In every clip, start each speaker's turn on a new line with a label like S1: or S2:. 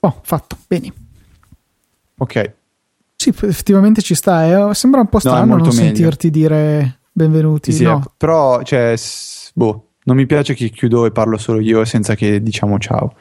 S1: Oh, fatto, bene.
S2: Ok.
S1: Sì, effettivamente ci sta. eh. Sembra un po' strano non
S2: molto meglio.
S1: sentirti dire benvenuti.
S2: Sì, sì,
S1: no.
S2: eh, Però, cioè, s- boh, non mi piace che chiudo e parlo solo io senza che diciamo ciao.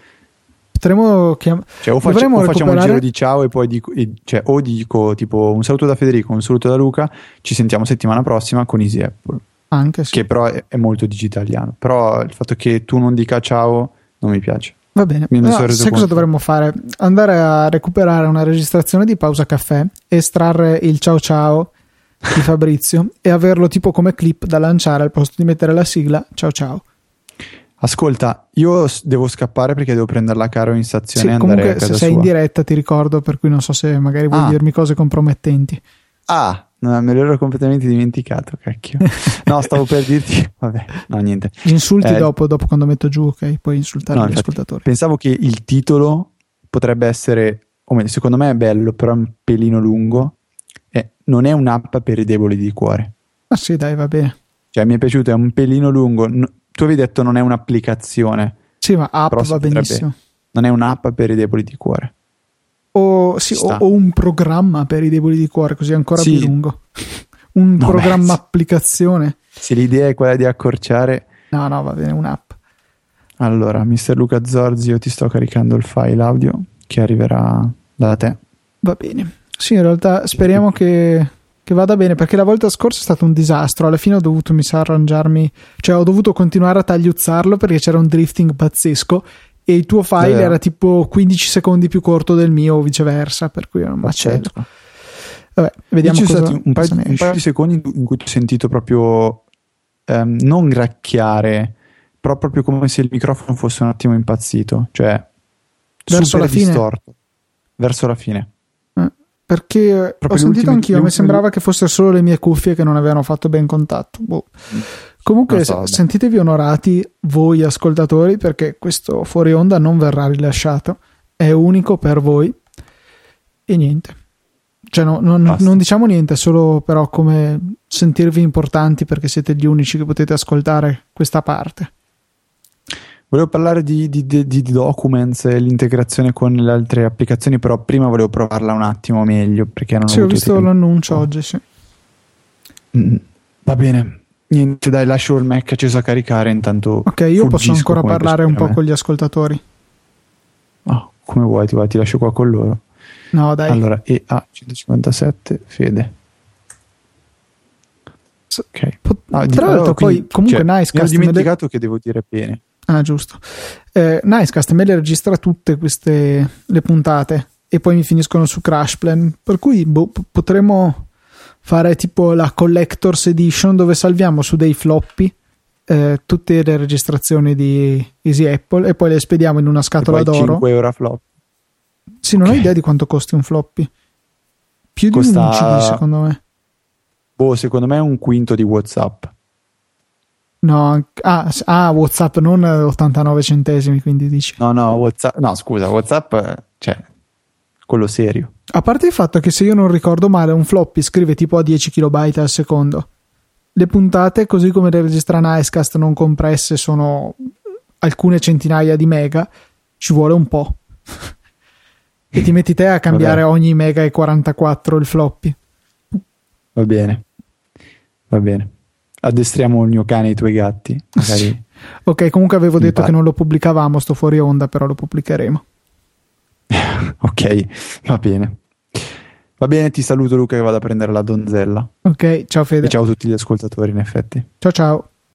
S1: Potremmo chiam-
S2: Cioè, o, faccio-
S1: Dovremmo
S2: o facciamo un
S1: recuperare-
S2: giro di ciao e poi dico, e- cioè, o dico tipo un saluto da Federico, un saluto da Luca, ci sentiamo settimana prossima con Easy Apple,
S1: anche sì.
S2: che però è, è molto digitaliano. Però il fatto che tu non dica ciao non mi piace.
S1: Va bene.
S2: Mi sono
S1: Allora,
S2: reso
S1: sai cosa
S2: conto.
S1: dovremmo fare? Andare a recuperare una registrazione di pausa caffè, estrarre il ciao ciao di Fabrizio e averlo tipo come clip da lanciare al posto di mettere la sigla ciao ciao.
S2: Ascolta, io s- devo scappare perché devo prendere la caro in
S1: Sì,
S2: stazione e andare a
S1: comunque
S2: casa
S1: se sei
S2: sua.
S1: in diretta ti ricordo, per cui non so se magari vuoi
S2: Ah.
S1: dirmi cose compromettenti.
S2: Ah, no, me l'ero completamente dimenticato, cacchio. No, stavo per dirti, vabbè, no, niente.
S1: Gli insulti
S2: Eh.
S1: dopo, dopo quando metto giù, ok? Puoi insultare
S2: No,
S1: gli
S2: infatti.
S1: ascoltatori.
S2: Pensavo che il titolo potrebbe essere, o meglio, secondo me è bello, però è un pelino lungo. Eh, non è un'app per i deboli di cuore.
S1: Ah sì, dai, va bene.
S2: Cioè, mi è piaciuto, è un pelino lungo. N- tu avevi detto non è un'applicazione,
S1: Sì, ma app
S2: Però si
S1: va
S2: potrebbe-
S1: benissimo.
S2: non è un'app per i deboli di cuore.
S1: O, sì,
S2: Ci
S1: o,
S2: sta.
S1: o un programma per i deboli di cuore, così è ancora
S2: Sì.
S1: più lungo. Un
S2: No, beh,
S1: programma
S2: sì.
S1: applicazione.
S2: Se l'idea è quella di accorciare,
S1: No, no, va bene, un'app.
S2: allora, mister Luca Zorzi, io ti sto caricando il file audio che arriverà da te.
S1: Va bene. Sì, in realtà speriamo che, che vada bene, perché la volta scorsa è stato un disastro. Alla fine ho dovuto, mi sa, arrangiarmi, cioè ho dovuto continuare a tagliuzzarlo perché c'era un drifting pazzesco e il tuo file
S2: Davvero?
S1: era tipo 15 secondi più corto del mio o viceversa, per cui è un macello.
S2: Certo.
S1: Vabbè, vediamo
S2: Ci
S1: cosa,
S2: sono stati un paio,
S1: cosa ne
S2: un
S1: esce.
S2: paio di secondi in cui- in cui ti ho sentito proprio ehm, non gracchiare, però proprio come se il microfono fosse un attimo impazzito, cioè
S1: Verso
S2: super
S1: la fine?
S2: distorto. Verso la fine.
S1: Perché ho
S2: Proprio le
S1: sentito
S2: ultime-
S1: anch'io,
S2: le
S1: mi
S2: ultime-
S1: sembrava che fossero solo le mie cuffie che non avevano fatto ben contatto. Boh. Comunque,
S2: Non so,
S1: se-
S2: vabbè.
S1: sentitevi onorati voi ascoltatori perché questo fuori onda non verrà rilasciato, è unico per voi. E niente. Cioè, no- non-
S2: Basta.
S1: non diciamo niente, è solo però come sentirvi importanti perché siete gli unici che potete ascoltare questa parte.
S2: Volevo parlare di, di- di- di documents e l'integrazione con le altre applicazioni, però prima volevo provarla un attimo meglio perché non
S1: Sì,
S2: ho
S1: ho
S2: avuto Oh.
S1: visto
S2: tempo.
S1: l'annuncio oggi, sì.
S2: Mm, Va bene. Niente, dai, lascio il Mac acceso a caricare intanto.
S1: Ok, io posso
S2: fuggisco
S1: ancora
S2: come
S1: parlare un po'
S2: piace a
S1: con gli ascoltatori.
S2: me. Ah, come vuoi, ti, va, ti lascio qua con loro.
S1: No, dai.
S2: Allora, EA157, Fede.
S1: S-
S2: Ok.
S1: Pot-
S2: Ah, di-
S1: Tra
S2: allora,
S1: l'altro,
S2: quindi,
S1: poi comunque
S2: cioè, Mi ero
S1: Nicecast, me le...
S2: dimenticato che devo dire bene.
S1: ah, giusto. Eh, Nicecast me le registra tutte queste le puntate e poi mi finiscono su Crashplan. Per cui boh, p- potremmo fare tipo la Collector's Edition dove salviamo su dei floppy eh, tutte le registrazioni di Easy Apple e poi le spediamo in una scatola
S2: E poi
S1: d'oro.
S2: 5 euro a flop.
S1: Sì, non
S2: Ok.
S1: ho idea di quanto costi un floppy. Più di un
S2: Costa-
S1: CD, secondo me.
S2: Boh, secondo me è un quinto di WhatsApp.
S1: No, anche- ah, s- ah, WhatsApp non 89 centesimi, quindi dici.
S2: No, no, WhatsApp. No, scusa, WhatsApp, eh, cioè, quello serio.
S1: A parte il fatto che se io non ricordo male un floppy scrive tipo a 10 KB al secondo. Le puntate, così come le registra Nicecast non compresse, sono alcune centinaia di mega, ci vuole un po'. e ti metti te a cambiare ogni mega e 44 il floppy.
S2: Va bene. Va bene. Addestriamo il mio cane e i tuoi gatti. Magari.
S1: Ok, comunque avevo
S2: Mi
S1: detto
S2: pare.
S1: che non lo pubblicavamo, sto fuori onda, però lo pubblicheremo.
S2: ok, va bene. Va bene, ti saluto Luca che vado a prendere la donzella.
S1: Ok, ciao Fede.
S2: E ciao a tutti gli ascoltatori, in effetti.
S1: ciao. ciao.